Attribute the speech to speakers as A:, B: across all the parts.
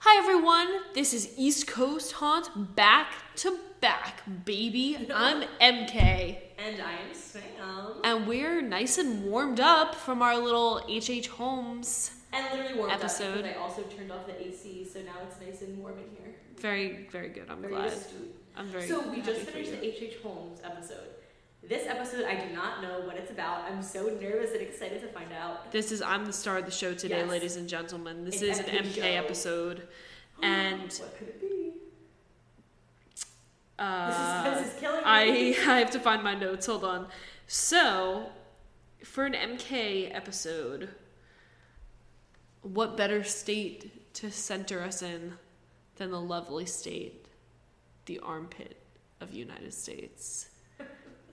A: Hi everyone, this is East Coast Haunt back to back, baby. I'm MK,
B: And I am Sam.
A: and we're nice and warmed up from our little HH Homes.
B: And literally warmed
A: Episode.
B: up because I also turned off the AC, so now it's nice and warm in here.
A: Very, very good. I'm
B: Very
A: glad.
B: good.
A: I'm very.
B: So we just
A: happy for
B: finished
A: you.
B: the H.H. Holmes episode. This episode, I do not know what it's about. I'm so nervous and excited to find out.
A: This is I'm the star of the show today,
B: Yes.
A: ladies and gentlemen. This
B: It's
A: is an
B: MK
A: MK
B: show.
A: episode, and
B: what could it be?
A: uh,
B: this, is, this is killing me.
A: I I have to find my notes. Hold on. So, for an MK episode, what better state to center us in than the lovely state, the armpit of the United States,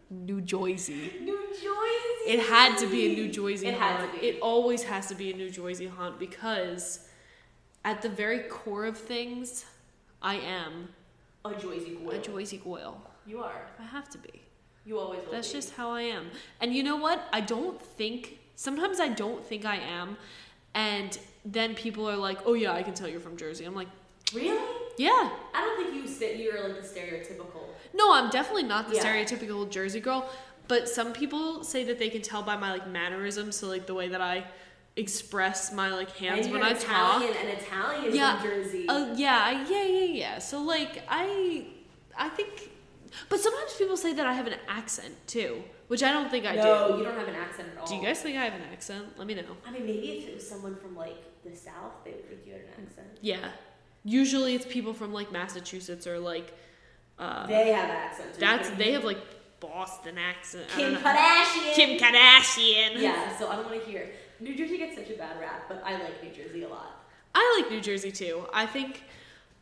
A: New Jersey?
B: New Jersey.
A: It had to be a New Jersey
B: It had
A: haunt.
B: to be.
A: It always has to be a New Jersey haunt because, at the very core of things, I am
B: a Jersey boy.
A: a Jersey Goyle.
B: you are.
A: I have to be.
B: You always will
A: That's
B: be.
A: just how I am. And you know what? I don't think sometimes I don't think I am. And then people are like, "Oh yeah, I can tell you're from Jersey." I'm like,
B: Really?
A: "Yeah.
B: I don't think you sit. You're like the stereotypical.
A: No, I'm definitely not the
B: Yeah.
A: stereotypical Jersey girl, but some people say that they can tell by my like mannerisms, so like the way that I express my like hands
B: and
A: when
B: you're
A: I
B: an Italian,
A: talk.
B: and Italian is
A: Yeah.
B: New Jersey.
A: Oh yeah, yeah, yeah, yeah. So like I I think but sometimes people say that I have an accent too, which I don't think I
B: no,
A: do.
B: you don't have an accent at all.
A: Do you guys think I have an accent? Let me know.
B: I mean, maybe if it was someone from like the South, they would think you had an accent.
A: Yeah. Usually it's people from like Massachusetts or like uh
B: they have accents.
A: that's they have like Boston accent. I
B: Kim
A: don't know.
B: Kardashian.
A: Kim Kardashian.
B: Yeah, so I don't want to hear. New Jersey gets such a bad rap, but I like New Jersey a lot.
A: I like New Jersey too. I think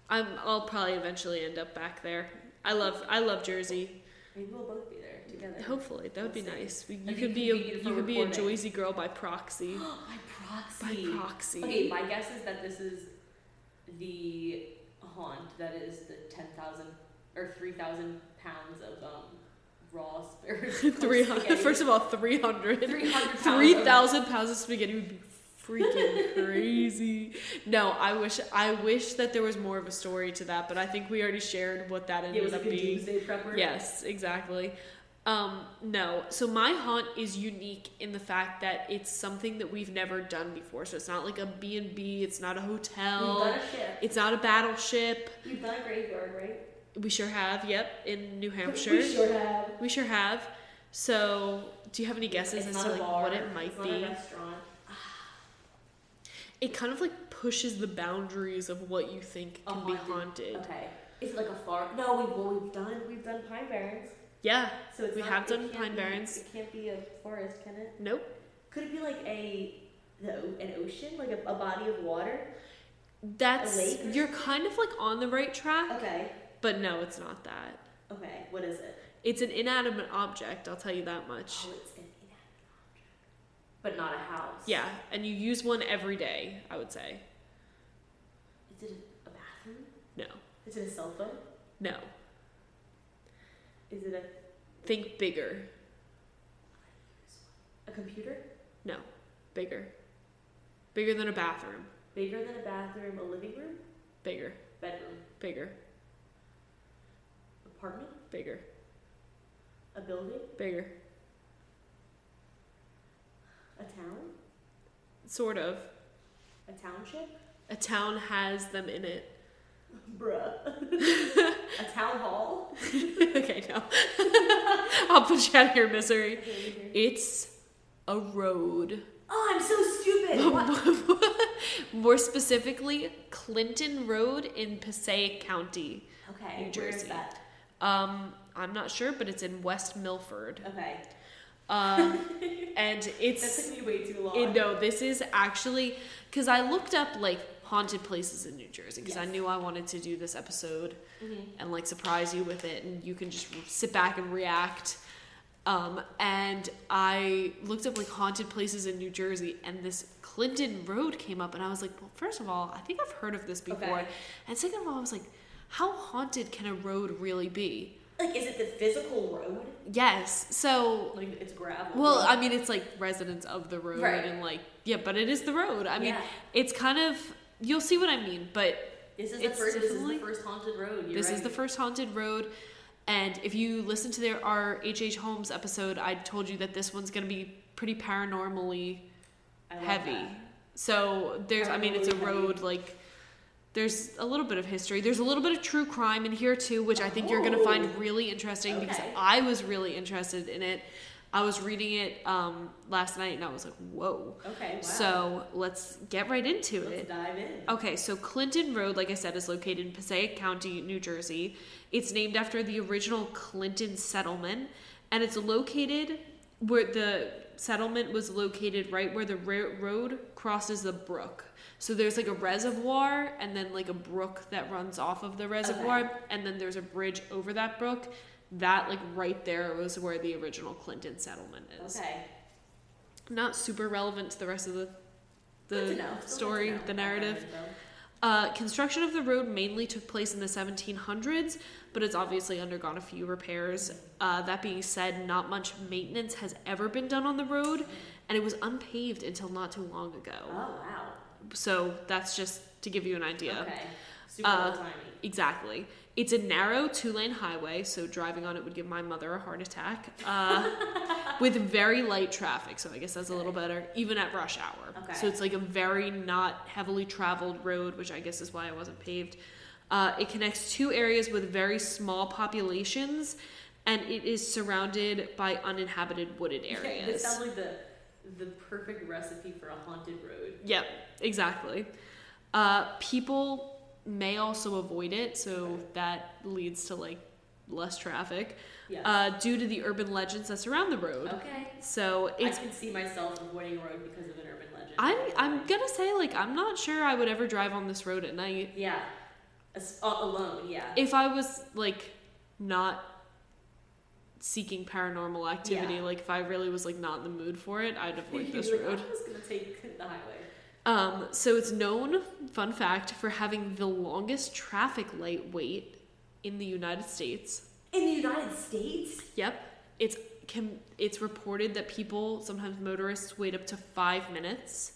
A: I'm I'll probably eventually end up back there. I love I love Jersey.
B: Maybe we'll both be there together.
A: Hopefully that would be
B: We'll see.
A: nice. We, you
B: think
A: could
B: it
A: be a
B: could be good
A: you
B: for
A: could be a
B: recording.
A: Jersey girl by proxy.
B: By
A: By
B: proxy.
A: proxy.
B: Okay, my guess is that this is the haunt that is the ten thousand or three thousand pounds of um raw spirits.
A: Three hundred. First of all, three hundred.
B: three hundred
A: Three thousand pounds of spaghetti would be freaking crazy. No, I wish I wish that there was more of a story to that, but I think we already shared what that ended
B: It was
A: up
B: like a
A: being.
B: doomsday prepper.
A: Yes, exactly. Um, no, so my haunt is unique in the fact that it's something that we've never done before. So it's not like a B and B. It's not a
B: You've
A: hotel.
B: done a ship.
A: It's not a battleship.
B: You've done a graveyard, right?
A: We sure have. Yep, in New Hampshire.
B: We sure have.
A: We sure have. So, do you have any guesses
B: It's
A: as
B: not
A: to
B: a
A: like
B: bar,
A: what it might
B: it's
A: be?
B: Not a restaurant.
A: it kind of like pushes the boundaries of what you think
B: A
A: can be
B: haunted-
A: haunted.
B: Oh Okay. Is it like a farm? No, we've well, we've done we've done Pine Barrens.
A: Yeah.
B: So it's
A: We
B: not,
A: have
B: it
A: done
B: can't
A: Pine
B: be-
A: Barrens.
B: It can't be a forest, can it?
A: Nope.
B: Could it be like a the, o- an ocean, like a, a body of water?
A: That's
B: lake or
A: you're kind of like on the right track,
B: Okay.
A: but no, it's not that.
B: Okay. What is it?
A: It's an inanimate object, I'll tell you that much.
B: Oh, it's an inanimate object, but not a house.
A: Yeah, and you use one every day, I would say.
B: Is it a, a bathroom?
A: No.
B: Is it a cell phone?
A: No.
B: Is it a
A: Think bigger.
B: a computer?
A: No. Bigger. Bigger than a bathroom.
B: Bigger than a bathroom, a living room,
A: Bigger.
B: bedroom,
A: Bigger.
B: apartment,
A: Bigger.
B: a building,
A: Bigger.
B: a town,
A: Sort of.
B: a township.
A: A town has them in it.
B: Bruh. a town hall.
A: okay, no. I'll put you out of your misery. It's a road.
B: Oh, I'm so stupid. What?
A: More specifically, Clinton Road in Passaic County.
B: Okay,
A: New
B: where is
A: Jersey.
B: that?
A: Um, I'm not sure, but it's in West Milford.
B: Okay,
A: Um, and
B: that
A: it's
B: took me way too long.
A: it, no, this is actually because I looked up like haunted places in New Jersey because I
B: Yes.
A: knew I wanted to do this episode
B: Mhm.
A: and like surprise you with it and you can just sit back and react um, and i looked up like haunted places in new jersey and this clinton road came up and i was like well first of all i think i've heard of this before
B: Okay.
A: and second of all i was like how haunted can a road really be
B: Like, is it the physical road?
A: yes so
B: Like, it's gravel.
A: well
B: road.
A: i mean it's like residents of the road
B: Right.
A: and like yeah but it is the road i mean
B: Yeah.
A: it's kind of you'll see what i mean but
B: This is the
A: It's
B: first. This is the
A: definitely-
B: first haunted road. You're
A: This is
B: right.
A: the first haunted road. And if you listen to their our H.H. Holmes episode, I told you that this one's going to be pretty paranormally
B: I love
A: heavy.
B: that.
A: So there's, I mean, it's a
B: Paranormally
A: road
B: heavy.
A: like there's a little bit of history. There's a little bit of true crime in here too, which I think you're gonna find
B: Oh.
A: really interesting because
B: Okay.
A: I was really interested in it. I was reading it um, last night and I was like, whoa.
B: Okay. Wow.
A: So let's get right into
B: let's
A: it. Oh,
B: dive in.
A: Okay, so Clinton Road, like I said, is located in Passaic County, New Jersey. It's named after the original Clinton settlement, and it's located where the settlement was located right where the ra- road crosses the brook. So there's like a reservoir and then like a brook that runs off of the reservoir, and then there's a bridge over that brook. That like right there was where the original Clinton settlement is.
B: Okay.
A: Not super relevant to the rest of the
B: Good to
A: the
B: know. Still good to
A: story,
B: know.
A: the
B: Okay,
A: narrative.
B: so-
A: Uh, construction of the road mainly took place in the 1700s, but it's obviously undergone a few repairs. Uh, that being said, not much maintenance has ever been done on the road, and it was unpaved until not too long
B: Oh
A: ago.
B: wow.
A: So that's just to give you an idea.
B: Okay. Super
A: Uh,
B: old timey.
A: Exactly. It's a narrow two lane highway, so driving on it would give my mother a heart attack, uh, with very light traffic. So I guess that's a little better, even at rush hour.
B: Okay.
A: So it's like a very not heavily traveled road, which I guess is why it wasn't paved. Uh, it connects two areas with very small populations, and it is surrounded by uninhabited wooded
B: Yeah,
A: areas.
B: This sounds like the the perfect recipe for a haunted road.
A: Yep, exactly. Uh, people may also avoid it, so that leads to like less traffic
B: Yeah.
A: uh, due to the urban legends that surround the road.
B: okay.
A: So it's
B: I can see myself avoiding a road because of an urban legend.
A: I'm I'm gonna say like I'm not sure I would ever drive on this road at night
B: Yeah. As- uh, alone. Yeah.
A: if I was like not seeking paranormal activity
B: Yeah.
A: like if I really was like not in the mood for it I'd avoid
B: You're
A: this
B: like,
A: road
B: I'm just gonna take the highway.
A: Um, so it's known, fun fact, for having the longest traffic light wait in the United States.
B: In the United States.
A: Yep, it's can it's reported that people sometimes motorists wait up to five minutes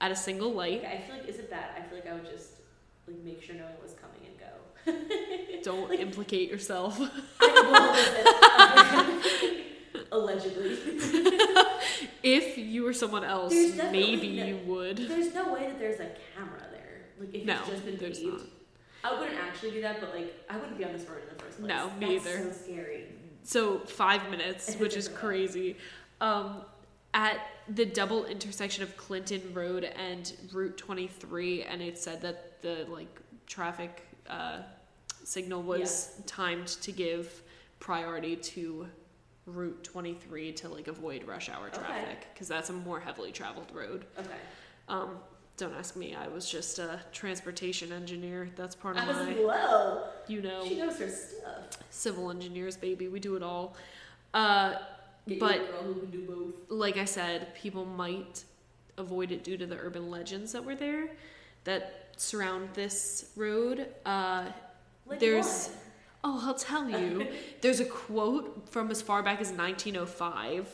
A: at a single
B: Like,
A: light.
B: I feel like is it bad? I feel like I would just like make sure no one was coming and go.
A: Don't implicate yourself.
B: I will- Allegedly.
A: If you were someone else,
B: There's definitely
A: maybe
B: no-
A: you would.
B: There's no way that there's a camera there. Like if
A: No,
B: it's just been
A: there's
B: paved.
A: not.
B: I wouldn't actually do that, but like I wouldn't be on this road in the first place.
A: No, me
B: That's
A: either.
B: So scary.
A: So five minutes, which is crazy. Um, at the double intersection of Clinton Road and Route 23, and it said that the like traffic uh, signal was timed to give priority to Route 23 to like avoid rush hour
B: Okay.
A: traffic because that's a more heavily traveled road.
B: Okay.
A: Um, don't ask me; I was just a transportation engineer. That's part of
B: I was
A: my,
B: like, whoa.
A: you know,
B: She knows her stuff.
A: civil engineers, baby. We do it all. Uh,
B: Get you
A: But-
B: a girl who can do both.
A: like I said, people might avoid it due to the urban legends that were there that surround this road. Uh,
B: Like
A: There's-
B: what?
A: oh, I'll tell you. There's a quote from as far back as 1905
B: Okay.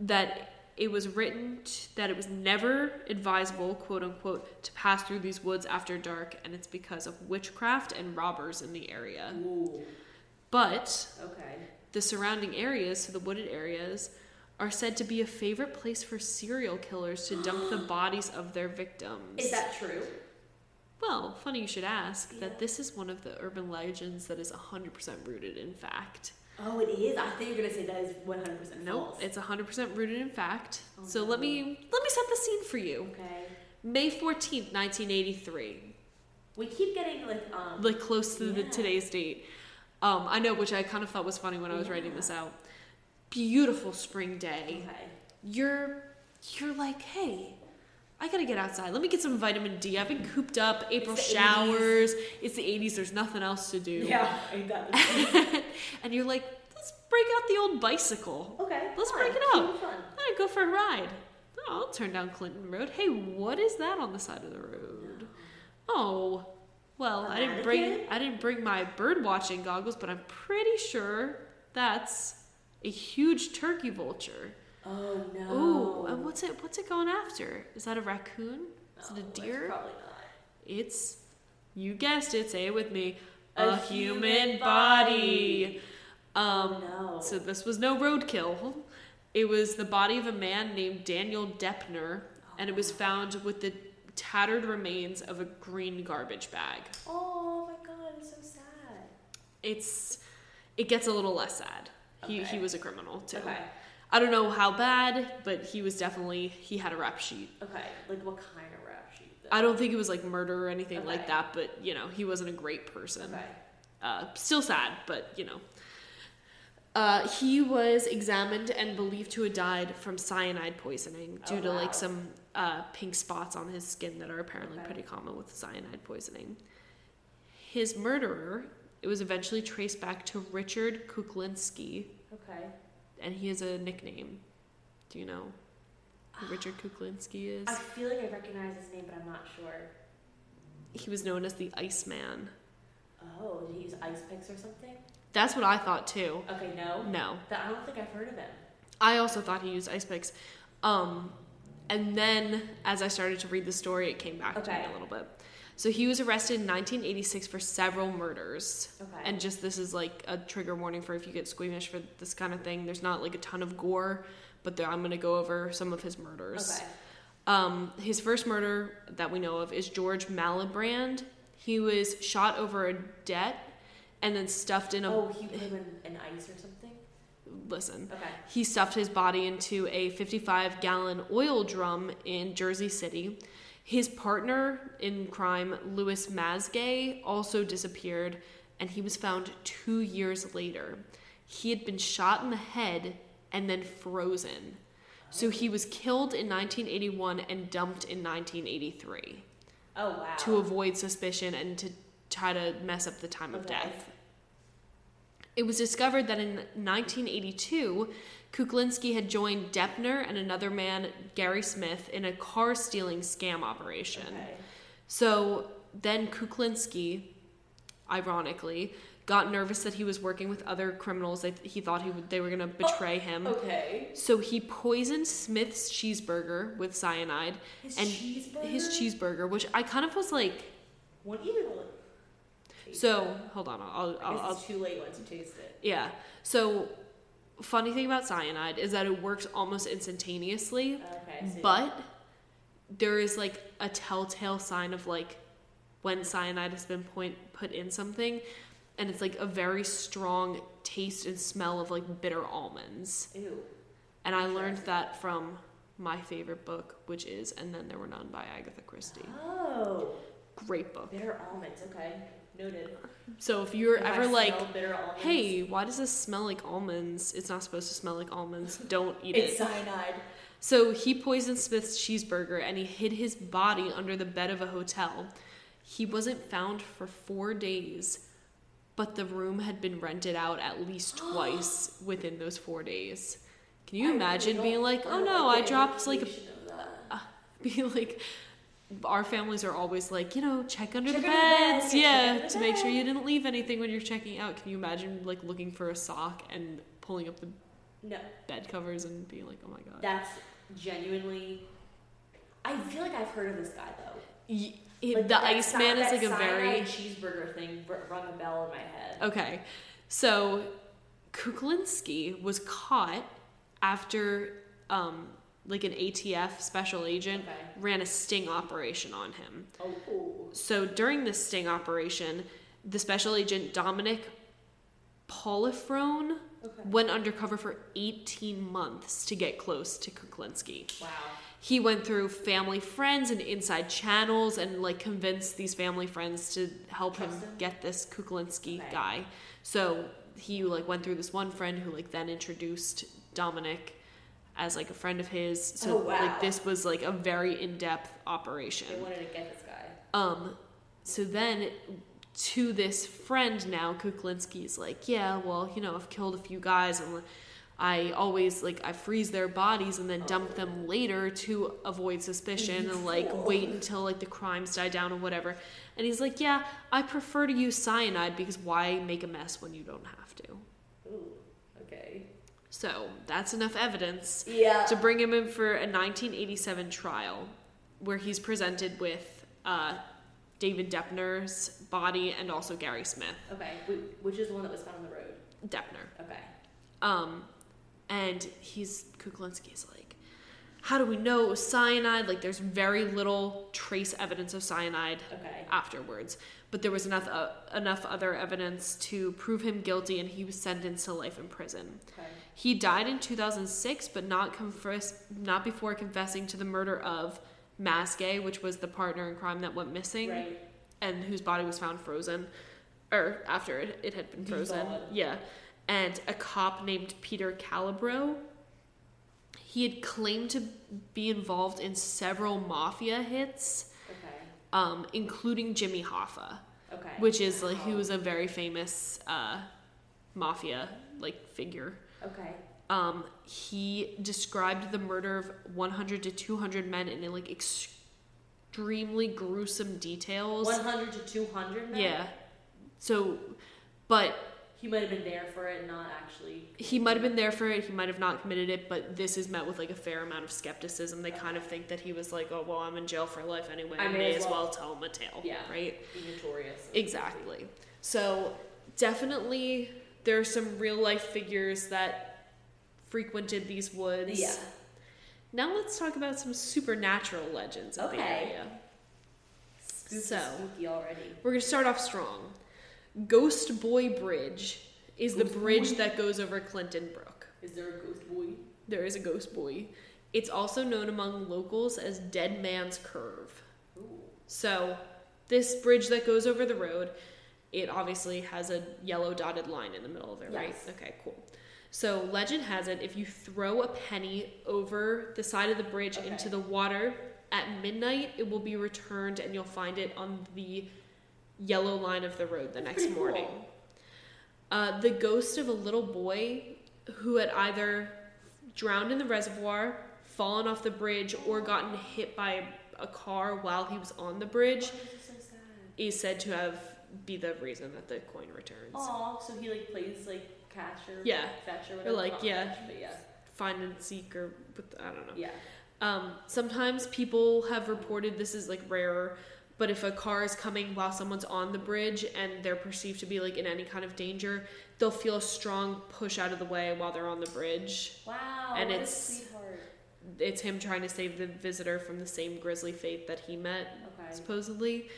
A: that it was written t- that it was never advisable, quote unquote, to pass through these woods after dark, and it's because of witchcraft and robbers in the area.
B: Ooh.
A: But
B: Okay.
A: the surrounding areas, so the wooded areas, are said to be a favorite place for serial killers to dump the bodies of their victims.
B: Is that true?
A: well, funny you should ask
B: Yeah.
A: that this is one of the urban legends that is 100% rooted in fact.
B: Oh, it is. I think you're gonna say that is 100 percent
A: Nope,
B: false.
A: it's 100% rooted in fact.
B: Oh,
A: so
B: no.
A: let me let me set the scene for you.
B: okay.
A: May 14th, 1983.
B: We keep getting like um.
A: like close to the,
B: Yeah.
A: today's date. Um, I know, which I kind of thought was funny when I was writing
B: Yeah.
A: this out. Beautiful spring day.
B: okay.
A: You're you're like, hey, I gotta get outside. Let me get some vitamin D. I've been cooped up. April
B: the 80s.
A: showers. It's the 80s. There's nothing else to do.
B: Yeah. Exactly.
A: and you're like, let's break out the old bicycle.
B: okay.
A: Let's
B: fine.
A: break it
B: Keep
A: up.
B: it Fun.
A: I'm gonna go for a ride. Oh, I'll turn down Clinton Road. Hey, what is that on the side of the road? Oh, well,
B: A
A: I didn't bring
B: mannequin?
A: I didn't bring my bird watching goggles, but I'm pretty sure that's a huge turkey vulture.
B: Oh no.
A: Ooh, and what's it what's it going after? Is that a raccoon? Is it
B: No,
A: a
B: it's
A: deer?
B: Probably not.
A: It's You guessed it. Say it with me. A, human, body. Um,
B: Oh, no.
A: So this was no roadkill. It was the body of a man named Daniel Deppner, and it was found with the tattered remains of a green garbage bag.
B: Oh my god, it's so sad.
A: It's it gets a little less sad. He
B: Okay.
A: he was a criminal too.
B: Okay.
A: I don't know how bad, but he was definitely he had a rap sheet.
B: Okay. Like what kind of rap sheet? though?
A: I don't think it was like murder or anything like
B: Okay.
A: that, but you know, he wasn't a great person.
B: Okay.
A: Uh, still sad, but you know. Uh, he was examined and believed to have died from cyanide poisoning due
B: Oh,
A: to
B: wow.
A: like some uh, pink spots on his skin that are apparently
B: Okay.
A: pretty common with cyanide poisoning. His murderer, it was eventually traced back to Richard Kuklinski,
B: Okay.
A: and he has a nickname. Do you know who Richard Kuklinski is?
B: I feel like I recognize his name, but I'm not sure.
A: He was known as the Iceman.
B: Oh, did he use ice picks or something?
A: That's what I thought too.
B: Okay, no.
A: No.
B: That I don't think I've heard of him.
A: I also thought he used ice picks. Um, and then as I started to read the story, it came back to
B: Okay.
A: me a little bit. So he was arrested in 1986 for several murders.
B: Okay.
A: And just this is like a trigger warning for if you get squeamish for this kind of thing. There's not like a ton of gore, but there, I'm going to go over some of his murders.
B: okay.
A: Um, his first murder that we know of is George Malibrand. He was shot over a debt and then stuffed in a.
B: Oh, he put him in an ice or something?
A: Listen.
B: Okay.
A: He stuffed his body into a 55 gallon oil drum in Jersey City. His partner in crime, Louis Masgay, also disappeared and he was found two years later. He had been shot in the head and then frozen. So he was killed in 1981 and dumped in 1983
B: Oh wow.
A: to avoid suspicion and to try to mess up the time of
B: Okay.
A: death. It was discovered that in 1982, Kuklinski had joined Deppner and another man, Gary Smith, in a car stealing scam operation.
B: Okay.
A: So then Kuklinski, ironically, got nervous that he was working with other criminals. They, he thought he would, they were going to betray him.
B: Oh, Okay.
A: So he poisoned Smith's cheeseburger with cyanide,
B: His
A: And
B: cheeseburger.
A: his cheeseburger, which I kind of was like,
B: What do you like?
A: So hold on, I'll,
B: I
A: I'll,
B: guess
A: I'll
B: it's too late once you taste it.
A: yeah. So funny thing about cyanide is that it works almost instantaneously,
B: Okay. I see.
A: but there is like a telltale sign of like when cyanide has been point put in something, and it's like a very strong taste and smell of like bitter almonds.
B: Ew.
A: And I learned
B: Interesting.
A: that from my favorite book, which is And Then There Were None by Agatha Christie.
B: Oh,
A: Great book.
B: bitter almonds. Okay, noted.
A: So if you're
B: If I
A: ever like
B: smell bitter almonds,
A: hey, why does this smell like almonds? It's not supposed to smell like almonds. Don't eat
B: it's
A: it.
B: cyanide.
A: So he poisoned Smith's cheeseburger and he hid his body under the bed of a hotel. He wasn't found for four days, but the room had been rented out at least twice within those four days. Can you
B: I
A: imagine
B: really
A: being
B: don't-
A: like, oh
B: don't
A: no,
B: like
A: I
B: the
A: dropped like a
B: implication of that.
A: be like our families are always like you know check under
B: Check
A: the
B: under the bed,
A: beds
B: yeah, check
A: yeah
B: under the
A: to make sure
B: bed.
A: you didn't leave anything when you're checking out can you imagine like looking for a sock and pulling up the
B: No,
A: bed covers and being like oh my god
B: that's genuinely. I feel like I've heard of this guy though.
A: Y- it-
B: Like,
A: the
B: that cy-
A: iceman is
B: that
A: like a
B: cyanide
A: very Oh,
B: cheeseburger thing r- rung a bell in my head.
A: okay so kuklinski was caught after um like an atf special agent
B: Okay.
A: ran a sting operation on him
B: Oh, ooh.
A: So during this sting operation, the special agent Dominic Polifrone
B: okay.
A: went undercover for 18 months to get close to Kuklinski.
B: Wow.
A: He went through family friends and inside channels and like convinced these family friends to help him
B: Trust him?
A: get this Kuklinski
B: Okay.
A: guy. So he like went through this one friend who like then introduced Dominic as like a friend of his. So
B: Oh, wow.
A: like this was like a very in-depth operation.
B: They wanted to get this guy.
A: Um, so then to this friend now, Kuklinski's like, yeah, well, you know, I've killed a few guys and I always like I freeze their bodies and then dump them later to avoid suspicion
B: You
A: and like
B: fool.
A: wait until like the crimes die down or whatever. And he's like, yeah, I prefer to use cyanide because why make a mess when you don't have to?
B: Ooh. Okay.
A: So that's enough evidence
B: Yeah.
A: to bring him in for a 1987 trial where he's presented with uh, David Deppner's body and also Gary Smith.
B: Okay, wh- which is the one that was found on the road?
A: Deppner.
B: Okay.
A: Um, and he's Kuklinski's like, how do we know it was cyanide? Like, there's very little trace evidence of cyanide
B: Okay.
A: afterwards, but there was enough uh, enough other evidence to prove him guilty, and he was sentenced to life in prison.
B: Okay.
A: He died in 2006, but not confess not before confessing to the murder of Maskey, which was the partner in crime that went missing
B: Right.
A: and whose body was found frozen, or after it, it had been frozen.
B: Thawed.
A: Yeah. And a cop named Peter Calabro. He had claimed to be involved in several mafia hits,
B: Okay.
A: um, including Jimmy Hoffa,
B: Okay.
A: which is like he
B: Wow.
A: was a very famous uh, mafia like figure.
B: Okay.
A: Um, he described the murder of 100 to 200 men in like extremely gruesome details.
B: One hundred to two hundred.
A: Yeah. So, but
B: He might have been there for it, not actually.
A: he might have been there for it. He might have not committed it. But this is met with like a fair amount of skepticism. They kind of think that he was like, oh well, I'm in jail for life anyway. I may as well, tell him a tale.
B: Yeah.
A: Right.
B: Be notorious.
A: Exactly. So definitely, there are some real life figures that frequented these woods.
B: Yeah.
A: Now let's talk about some supernatural legends of the
B: Okay.
A: area.
B: Spooky,
A: So.
B: spooky already.
A: We're gonna start off strong. Ghost Boy Bridge is
B: Ghost
A: the bridge
B: Boy?
A: that goes over Clinton Brook.
B: Is there a ghost boy?
A: There is a ghost boy. It's also known among locals as Dead Man's Curve.
B: Ooh.
A: So, this bridge that goes over the road, it obviously has a yellow dotted line in the middle of it, right?
B: Yes.
A: Okay, cool. So, legend has it if you throw a penny over the side of the bridge
B: Okay.
A: into the water at midnight, it will be returned and you'll find it on the yellow line of the road the
B: That's
A: next
B: pretty cool.
A: morning. Uh, the ghost of a little boy who had either drowned in the reservoir, fallen off the bridge, or gotten hit by a car while he was on the bridge
B: Oh, this is so sad.
A: is said to have be the reason that the coin returns.
B: Aw, so he like plays like catch or
A: Yeah.
B: fetch or whatever.
A: like,
B: not
A: yeah.
B: Catch, but yeah.
A: Find and seek, or but I don't know.
B: Yeah.
A: Um, sometimes people have reported this is like rarer, but if a car is coming while someone's on the bridge and they're perceived to be like in any kind of danger, they'll feel a strong push out of the way while they're on the bridge.
B: Wow.
A: And
B: what
A: it's-
B: a sweetheart.
A: It's him trying to save the visitor from the same grisly fate that he met
B: Okay.
A: supposedly.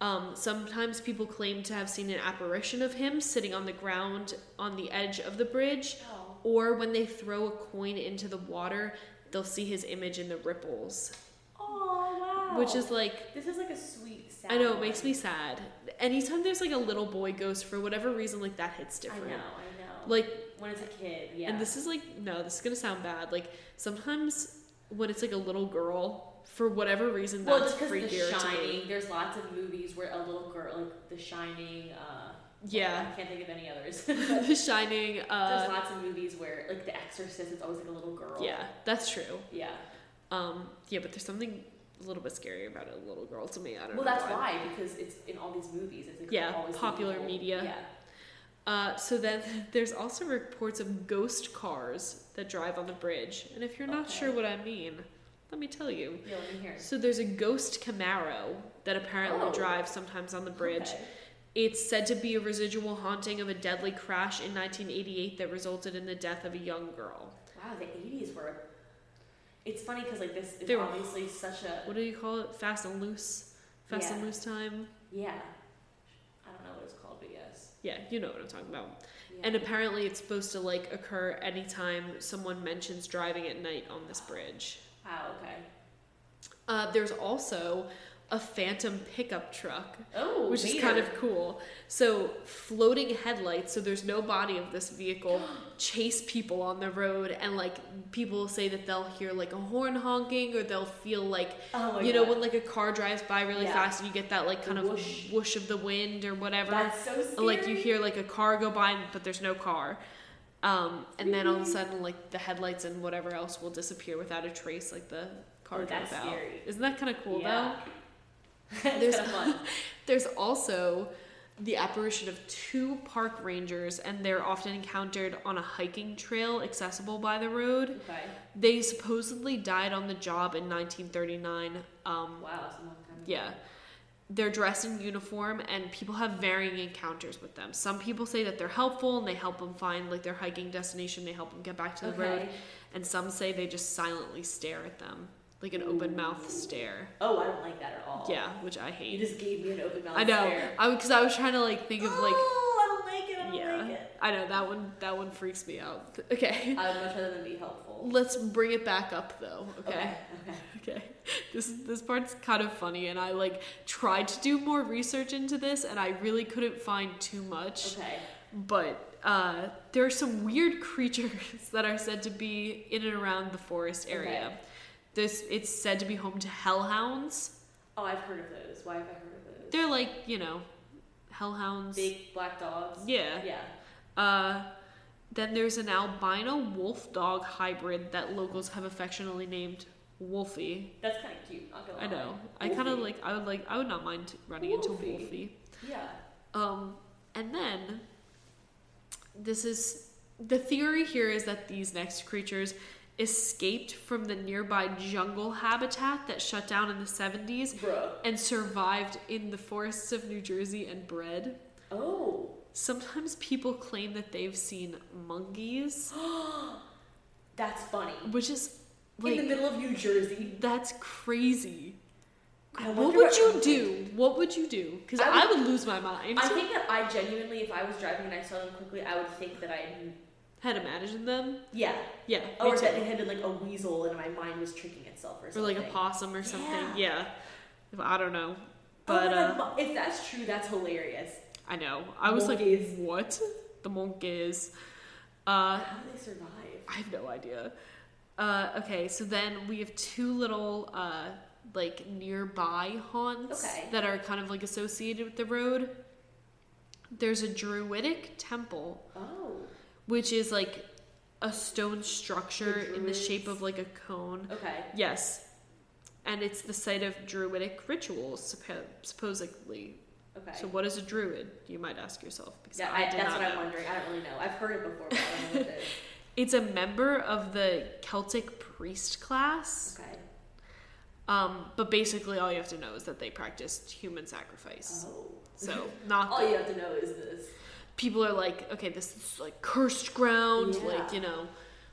A: Um, sometimes people claim to have seen an apparition of him sitting on the ground on the edge of the bridge,
B: Oh.
A: or when they throw a coin into the water, they'll see his image in the ripples,
B: Oh wow.
A: which is like.
B: This is like a sweet. Sad
A: I know, it
B: one.
A: makes me sad. Anytime there's like a little boy ghost, for whatever reason, like that hits
B: I
A: different.
B: know. I know.
A: Like,
B: when it's a kid. Yeah.
A: and this is like, no, this is gonna sound bad. Like, sometimes when it's like a little girl, for whatever reason,
B: Well,
A: that's
B: it's because of
A: freakier
B: The
A: to me.
B: Shining. There's lots of movies where a little girl, like The Shining. Uh,
A: Yeah.
B: I can't think of any others.
A: the Shining, uh,
B: there's lots of movies where, like The Exorcist, it's always like a little girl.
A: Yeah, that's true.
B: Yeah.
A: Um, yeah, but there's something a little bit scary about a little girl to me. I don't know.
B: Well, that's why because it's in all these movies. It's like
A: Yeah,
B: always the
A: popular
B: little-
A: media.
B: Yeah.
A: Uh, so then there's also reports of ghost cars that drive on the bridge, and if you're not
B: Okay.
A: sure what I mean, let me tell you.
B: Yeah. Let me hear.
A: So there's a ghost Camaro that apparently
B: Oh.
A: drives sometimes on the bridge.
B: Okay.
A: It's said to be a residual haunting of a deadly crash in 1988 that resulted in the death of a young girl.
B: Wow, the '80s were. It's funny because like this is
A: They were-
B: obviously such a
A: What do you call it? Fast and loose, fast and
B: Yeah.
A: loose time.
B: yeah. I don't know what it's called, but yes.
A: Yeah, you know what I'm talking about.
B: Yeah.
A: And apparently, it's supposed to like occur anytime someone mentions driving at night on
B: Ah.
A: this bridge.
B: wow. Okay.
A: Uh, there's also a phantom pickup truck,
B: Oh,
A: which is
B: weird.
A: kind of cool. So, floating headlights, so there's no body of this vehicle, chase people on the road, and like people say that they'll hear like a horn honking or they'll feel like,
B: Oh my
A: you know,
B: God.
A: when like a car drives by really
B: Yeah.
A: fast and you get that like
B: The
A: kind of
B: whoosh.
A: whoosh of the wind or whatever.
B: That's so scary.
A: And, like you hear like a car go by but there's no car um, and then all of a sudden like the headlights and whatever else will disappear without a trace like the car
B: Oh, that's
A: drove out
B: scary.
A: isn't that kind of cool
B: Yeah.
A: though
B: There's
A: there's
B: kind of fun.
A: there's also the apparition of two park rangers and they're often encountered on a hiking trail accessible by the road
B: Okay.
A: they supposedly died on the job in 1939 um,
B: Wow. It's a long time. ago.
A: yeah. they're dressed in uniform and people have varying encounters with them. Some people say that they're helpful and they help them find like their hiking destination, they help them get back to the road,
B: Okay.
A: and some say they just silently stare at them, like an open mouth stare.
B: Oh, I don't like that at all.
A: Yeah, which I
B: You
A: hate.
B: just gave me an open mouth.
A: I know.
B: Stare.
A: I because I was trying to like think of like
B: Oh, I don't like it. I don't
A: yeah.
B: like it.
A: I know that one that one freaks me out. Okay.
B: I would much rather than be helpful.
A: Let's bring it back up though, okay?
B: Okay. okay.
A: Okay. This this part's kind of funny and I like tried to do more research into this and I really couldn't find too much.
B: Okay.
A: But uh, there are some weird creatures that are said to be in and around the forest area.
B: Okay.
A: This it's said to be home to hellhounds.
B: Oh, I've heard of those. Why have I heard of those?
A: They're like, you know, hellhounds.
B: big black dogs.
A: Yeah.
B: Yeah.
A: Uh, then there's an albino wolf dog hybrid that locals have affectionately named Wolfie.
B: That's kind of cute. Not gonna lie.
A: I know. I kind of
B: Wolfie.
A: like. I would like. I would not mind running into
B: Wolfie.
A: Wolfie.
B: Yeah.
A: Um, and then this is the theory here is that these next creatures escaped from the nearby jungle habitat that shut down in the 70s
B: Bruh.
A: and survived in the forests of New Jersey and bred.
B: Oh.
A: Sometimes people claim that they've seen monkeys.
B: That's funny.
A: which is
B: In the
A: like
B: middle of New Jersey.
A: that's crazy.
B: I
A: What
B: wonder
A: would
B: what
A: you
B: happened.
A: do? What would you do? Because I,
B: I
A: would lose my mind.
B: I think that I genuinely, if I was driving and I saw them quickly, I would think that I.
A: Had imagined them,
B: Yeah.
A: yeah, me
B: Oh, Or
A: too.
B: that it had been like a weasel and my mind was tricking itself or
A: or
B: something.
A: like a possum or something. Yeah,
B: Yeah.
A: I don't know,
B: Oh my
A: but uh,
B: God, if that's true, that's hilarious.
A: I know. I was
B: Monkeys.
A: like, what? The monk is. Uh,
B: How do they survive?
A: I have no idea. Uh, okay, so then we have two little uh, like nearby haunts
B: Okay.
A: that are kind of like associated with the road. There's a druidic temple,
B: Oh.
A: which is like a stone structure
B: The
A: in the shape
B: druids.
A: of like a cone.
B: Okay.
A: Yes, and it's the site of druidic rituals, suppo- supposedly.
B: Okay.
A: So, what is a druid? You might ask yourself because
B: yeah,
A: I
B: I,
A: did
B: that's
A: not
B: what I'm
A: know.
B: wondering. I don't really know. I've heard it before, but I don't know what it is.
A: It's a member of the Celtic priest class.
B: Okay.
A: Um, but basically, all you have to know is that they practiced human sacrifice.
B: Oh.
A: So not
B: All you have to know is this.
A: people are like, okay, this is like cursed ground,
B: Yeah.
A: like you know,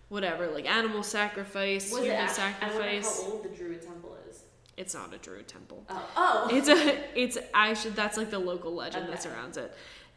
A: whatever, like animal sacrifice,
B: Was it
A: human
B: act- I wonder
A: sacrifice.
B: how old the Druid Temple is.
A: It's not a druid temple.
B: Oh. Oh.
A: It's a, it's actually that's like the local legend that
B: Okay.
A: surrounds it.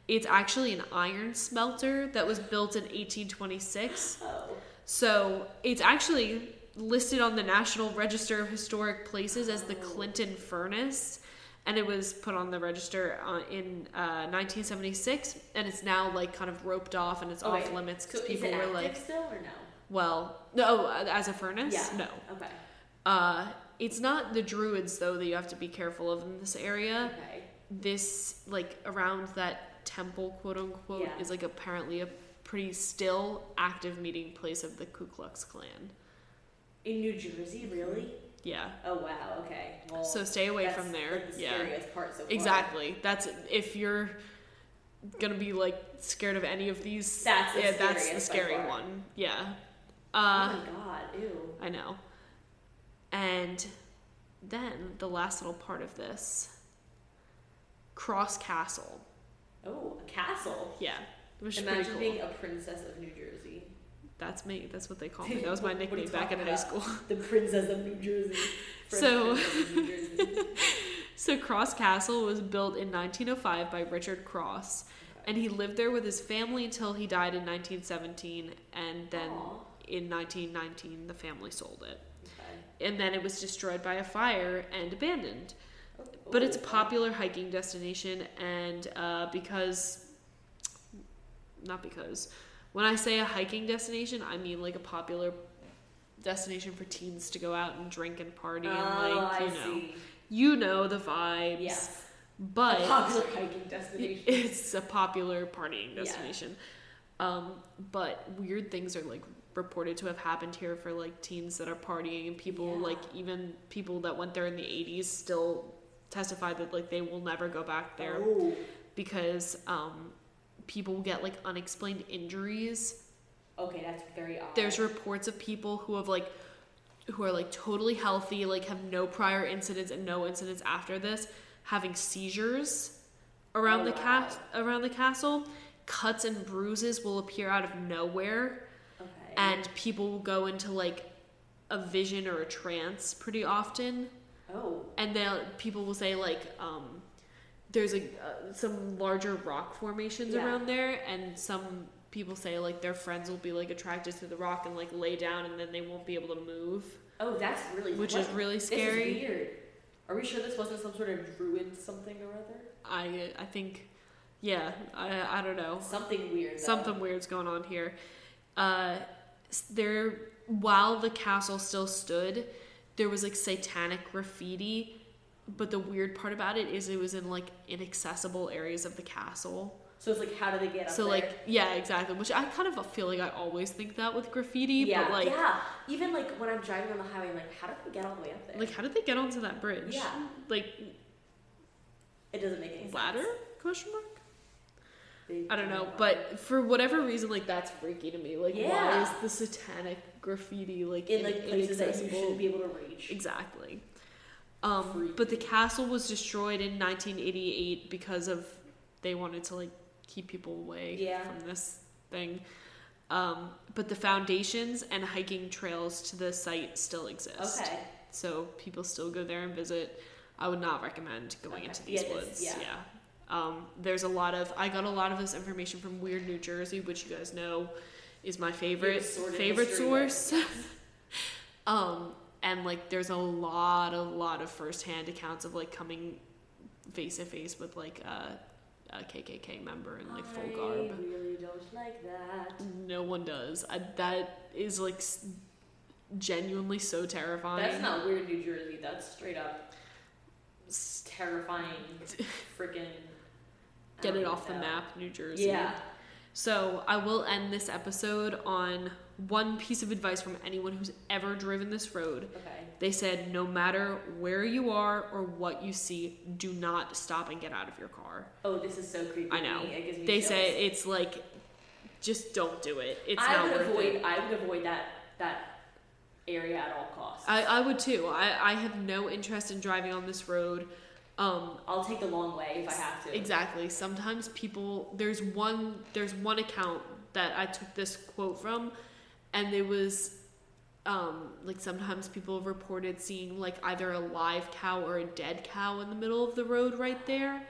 A: It's actually an iron smelter that was built in 1826.
B: oh.
A: So it's actually listed on the National Register of Historic Places as the
B: Oh.
A: Clinton Furnace, and it was put on the register uh, in uh, 1976, and it's now like kind of roped off and it's off
B: Okay.
A: limits
B: So
A: because
B: is
A: people
B: it
A: were
B: active
A: like,
B: still or no?
A: well, no, uh, as a furnace,
B: Yeah.
A: no.
B: Okay.
A: Uh, it's not the druids though that you have to be careful of in this area.
B: Okay.
A: This like around that temple, quote unquote,
B: Yeah.
A: is like apparently a pretty still active meeting place of the Ku Klux Klan.
B: In New Jersey, really?
A: Yeah.
B: Oh wow. Okay. Well,
A: So stay away
B: that's,
A: from there.
B: Like the
A: yeah.
B: scariest part so far.
A: Exactly. That's if you're gonna be like scared of any of these.
B: That's the
A: yeah, that's the
B: scariest by
A: scary
B: far.
A: one. Yeah.
B: Oh
A: Uh,
B: my god. Ew.
A: I know. And then the last little part of this, Cross Castle.
B: Oh, a castle.
A: Yeah, which is pretty
B: Imagine
A: cool.
B: being a princess of New Jersey.
A: That's me. That's what they call me. That was my
B: What are you
A: nickname back in
B: talking
A: high
B: about?
A: school.
B: The princess of New Jersey. French
A: So-
B: princess of New Jersey.
A: So Cross Castle was built in 1905 by Richard Cross, and he lived there with his family until he died in 1917, and then
B: Aw.
A: in 1919 the family sold it.
B: Okay.
A: And then it was destroyed by a fire and abandoned.
B: Oh,
A: But it's a
B: oh.
A: popular hiking destination, and uh, because, not because, when I say a hiking destination, I mean like a popular destination for teens to go out and drink and party and
B: Oh,
A: like
B: I
A: you know
B: see.
A: you know the vibes.
B: Yes. A
A: But
B: popular hiking destination.
A: it's a popular partying
B: Yeah.
A: destination. Um, but weird things are like reported to have happened here for like teens that are partying and people
B: Yeah.
A: like even people that went there in the 80s still testify that like they will never go back there
B: Oh.
A: because um people get like unexplained injuries
B: Okay, that's very odd.
A: there's reports of people who have like who are like totally healthy like have no prior incidents and no incidents after this having seizures around
B: Oh,
A: the
B: wow.
A: cas- around the castle. Cuts and bruises will appear out of nowhere,
B: Okay.
A: and people will go into like a vision or a trance pretty often.
B: oh,
A: And then people will say like, um, there's a uh, some larger rock formations
B: Yeah.
A: around there, and some people say like their friends will be like attracted to the rock and like lay down, and then they won't be able to move,
B: oh, that's really
A: which
B: what-
A: is really
B: this is
A: scary.
B: weird. Are we sure this wasn't some sort of druid something or other?
A: I I think, yeah, I I don't know.
B: Something weird. though.
A: Something weird's going on here. Uh, s- there, while the castle still stood, there was like satanic graffiti. But the weird part about it is it was in like inaccessible areas of the castle.
B: So it's like, how do they get up
A: so
B: there?
A: like, yeah, exactly. Which I kind of feel like I always think that with graffiti.
B: yeah,
A: But like,
B: yeah. Even like when I'm driving on the highway, I'm like, how did we get all the way up there?
A: like how did they get onto that bridge?
B: Yeah.
A: Like
B: it doesn't make any
A: ladder?
B: sense.
A: Question mark.
B: Big
A: I don't know,
B: ladder.
A: but for whatever reason, like that's freaky to me. Like, why
B: Yeah.
A: is the satanic graffiti like
B: in like places that you
A: inaccessible?
B: shouldn't be able to reach.
A: Exactly. Um,
B: Freaky.
A: but the castle was destroyed in 1988 because of they wanted to like keep people away
B: Yeah.
A: from this thing. Um, but the foundations and hiking trails to the site still exist,
B: Okay.
A: so people still go there and visit. I would not recommend going
B: Okay.
A: into these
B: Yeah, this-
A: woods.
B: yeah.
A: yeah. Um, there's a lot of I got a lot of this information from Weird New Jersey, which you guys know is my
B: Your
A: favorite
B: sordid
A: favorite
B: history book.
A: source. Um, and like there's a lot, a lot of firsthand accounts of like coming face to face with like a, a KKK member in like full
B: I
A: garb.
B: really don't like that.
A: No one does. I, that is like s- genuinely so terrifying.
B: That's not weird New Jersey. That's straight up
A: S-
B: terrifying. Freaking.
A: Get it off the map, New Jersey.
B: Yeah.
A: So I will end this episode on one piece of advice from anyone who's ever driven this road.
B: Okay.
A: They said, no matter where you are or what you see, do not stop and get out of your car.
B: Oh, this is so creepy.
A: I know.
B: to me. It gives me
A: they
B: chills.
A: say it's like just don't do it it's
B: I
A: not
B: would
A: worth
B: avoid.
A: it
B: I would avoid that that area at all costs.
A: I, I would too I, I have no interest in driving on this road um
B: I'll take the long way if I have to.
A: exactly sometimes people there's one there's one account that i took this quote from and it was um like sometimes people reported seeing like either a live cow or a dead cow in the middle of the road right there
B: Okay.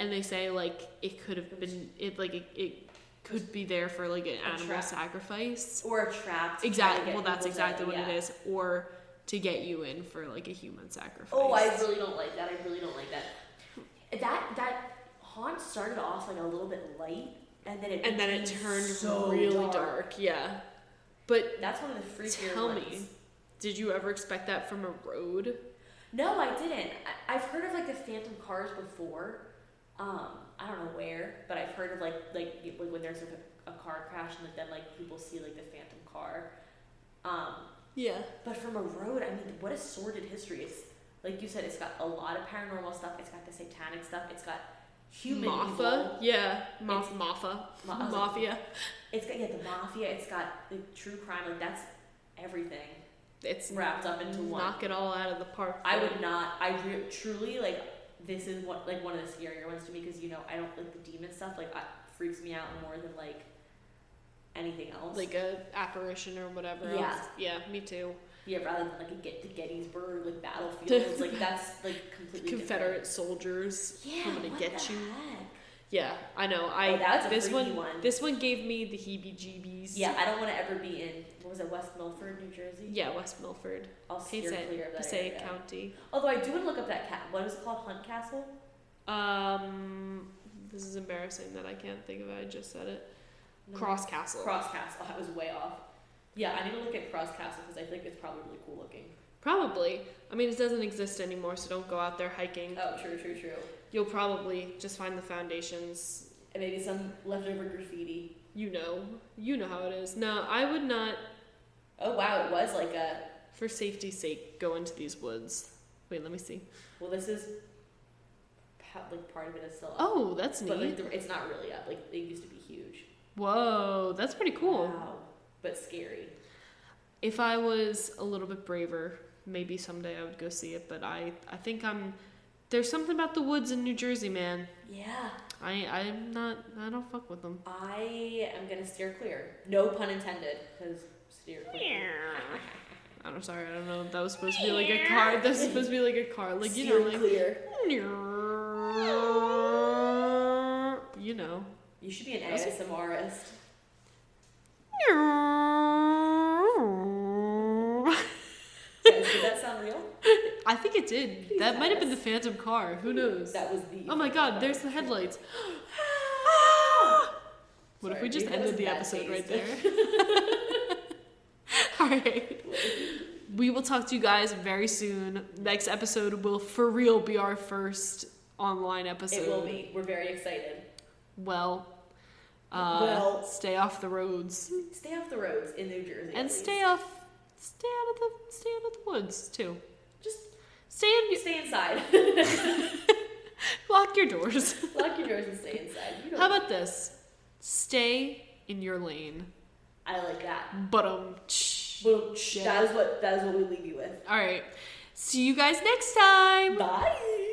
A: and they say like it could have been it like it, it could be there for like an animal
B: trap.
A: sacrifice
B: Or a trap. to try to
A: Exactly.
B: get
A: Well, that's
B: people to-
A: exactly what
B: yeah.
A: it is, or to get you in for like a human sacrifice.
B: Oh, I really don't like that. I really don't like that. That that haunt started off like a little bit light, and then it
A: and then it
B: became
A: turned
B: so
A: really dark. Yeah, but
B: That's one of the freakier
A: tell
B: ones.
A: me, did you ever expect that from a road?
B: No, I didn't. I, I've heard of like the phantom cars before. Um, I don't know where, but I've heard of like like you- like when there's like a, a car crash and then like people see like the phantom car. Um,
A: Yeah,
B: but from a road, I mean, what a sordid history! It's like you said, it's got a lot of paranormal stuff. It's got the satanic stuff. It's got human
A: Mafia.
B: evil.
A: Yeah, Ma-
B: It's-
A: Mafia.
B: Ma- I was like,
A: Mafia.
B: It's got yeah the mafia. It's got the true crime. Like that's everything
A: It's
B: wrapped up into one.
A: knock it all out of the park.
B: I would not. I re- truly like. This is what like one of the scarier ones to me because you know I don't like the demon stuff. Like I, freaks me out more than like anything else.
A: like a apparition or whatever.
B: Yeah.
A: else. yeah, me too.
B: yeah, rather than like a get to Gettysburg like battlefields. like that's like completely
A: Confederate soldiers
B: Different. Yeah,
A: coming to
B: what
A: get
B: the
A: you.
B: heck?
A: Yeah, I know. I
B: oh, that's a
A: this
B: freaky
A: one,
B: one.
A: This one gave me the heebie-jeebies.
B: yeah, I don't want to ever be in what was it West Milford, New Jersey.
A: Yeah, West Milford,
B: I'll steer
A: Passaic,
B: clear of that
A: Passaic
B: area.
A: County.
B: Although I do want to look up that cat. What is it called? Hunt Castle.
A: Um, this is embarrassing that I can't think of it. I just said it.
B: No.
A: Cross Castle.
B: Cross Castle. I was way off. Yeah, I need to look at Cross Castle because I think it's probably really cool looking.
A: Probably. I mean, it doesn't exist anymore, so don't go out there hiking.
B: Oh, true, true, true.
A: You'll probably just find the foundations.
B: And maybe some leftover graffiti.
A: You know, you know how it is. No, I would not,
B: Oh wow, it was like a.
A: for safety's sake, go into these woods. Wait, let me see.
B: Well, this is pa- like part of it is still up,
A: Oh, that's neat.
B: but like the, it's not really up. Like it used to be huge.
A: Whoa, that's pretty cool.
B: Wow. But scary.
A: if I was a little bit braver, maybe someday I would go see it. But I, I think I'm There's something about the woods in New Jersey, man.
B: Yeah.
A: I I'm not. I don't fuck with them.
B: I am gonna steer clear. No pun intended, because steer clear.
A: I'm sorry. I don't know. That was supposed to be like a car. That's supposed to be like a car. Like you know, like
B: clear.
A: you know.
B: You should be an
A: That's-
B: ASMRist. Did that sound real?
A: I think it did. That might have been the phantom car. Who knows?
B: That was the.
A: Oh my god, there's the headlights. What if we
B: Sorry,
A: just
B: that was
A: ended the
B: bad
A: episode right there?
B: taste.
A: All right. We will talk to you guys very soon. Next episode will for real be our first online episode.
B: It will be. We're very excited.
A: Well, uh,
B: Well.
A: stay off the roads
B: Stay off the roads in New Jersey.
A: and
B: please.
A: stay off, stay out of the, stay out of the woods too.
B: Just
A: Stay in,
B: stay inside.
A: lock your doors.
B: Lock your doors and stay inside. You don't,
A: How about this? Stay in your lane.
B: I like that.
A: But um.
B: Well,
A: Shit.
B: that is what that is what we leave you with.
A: All right. See you guys next time.
B: Bye.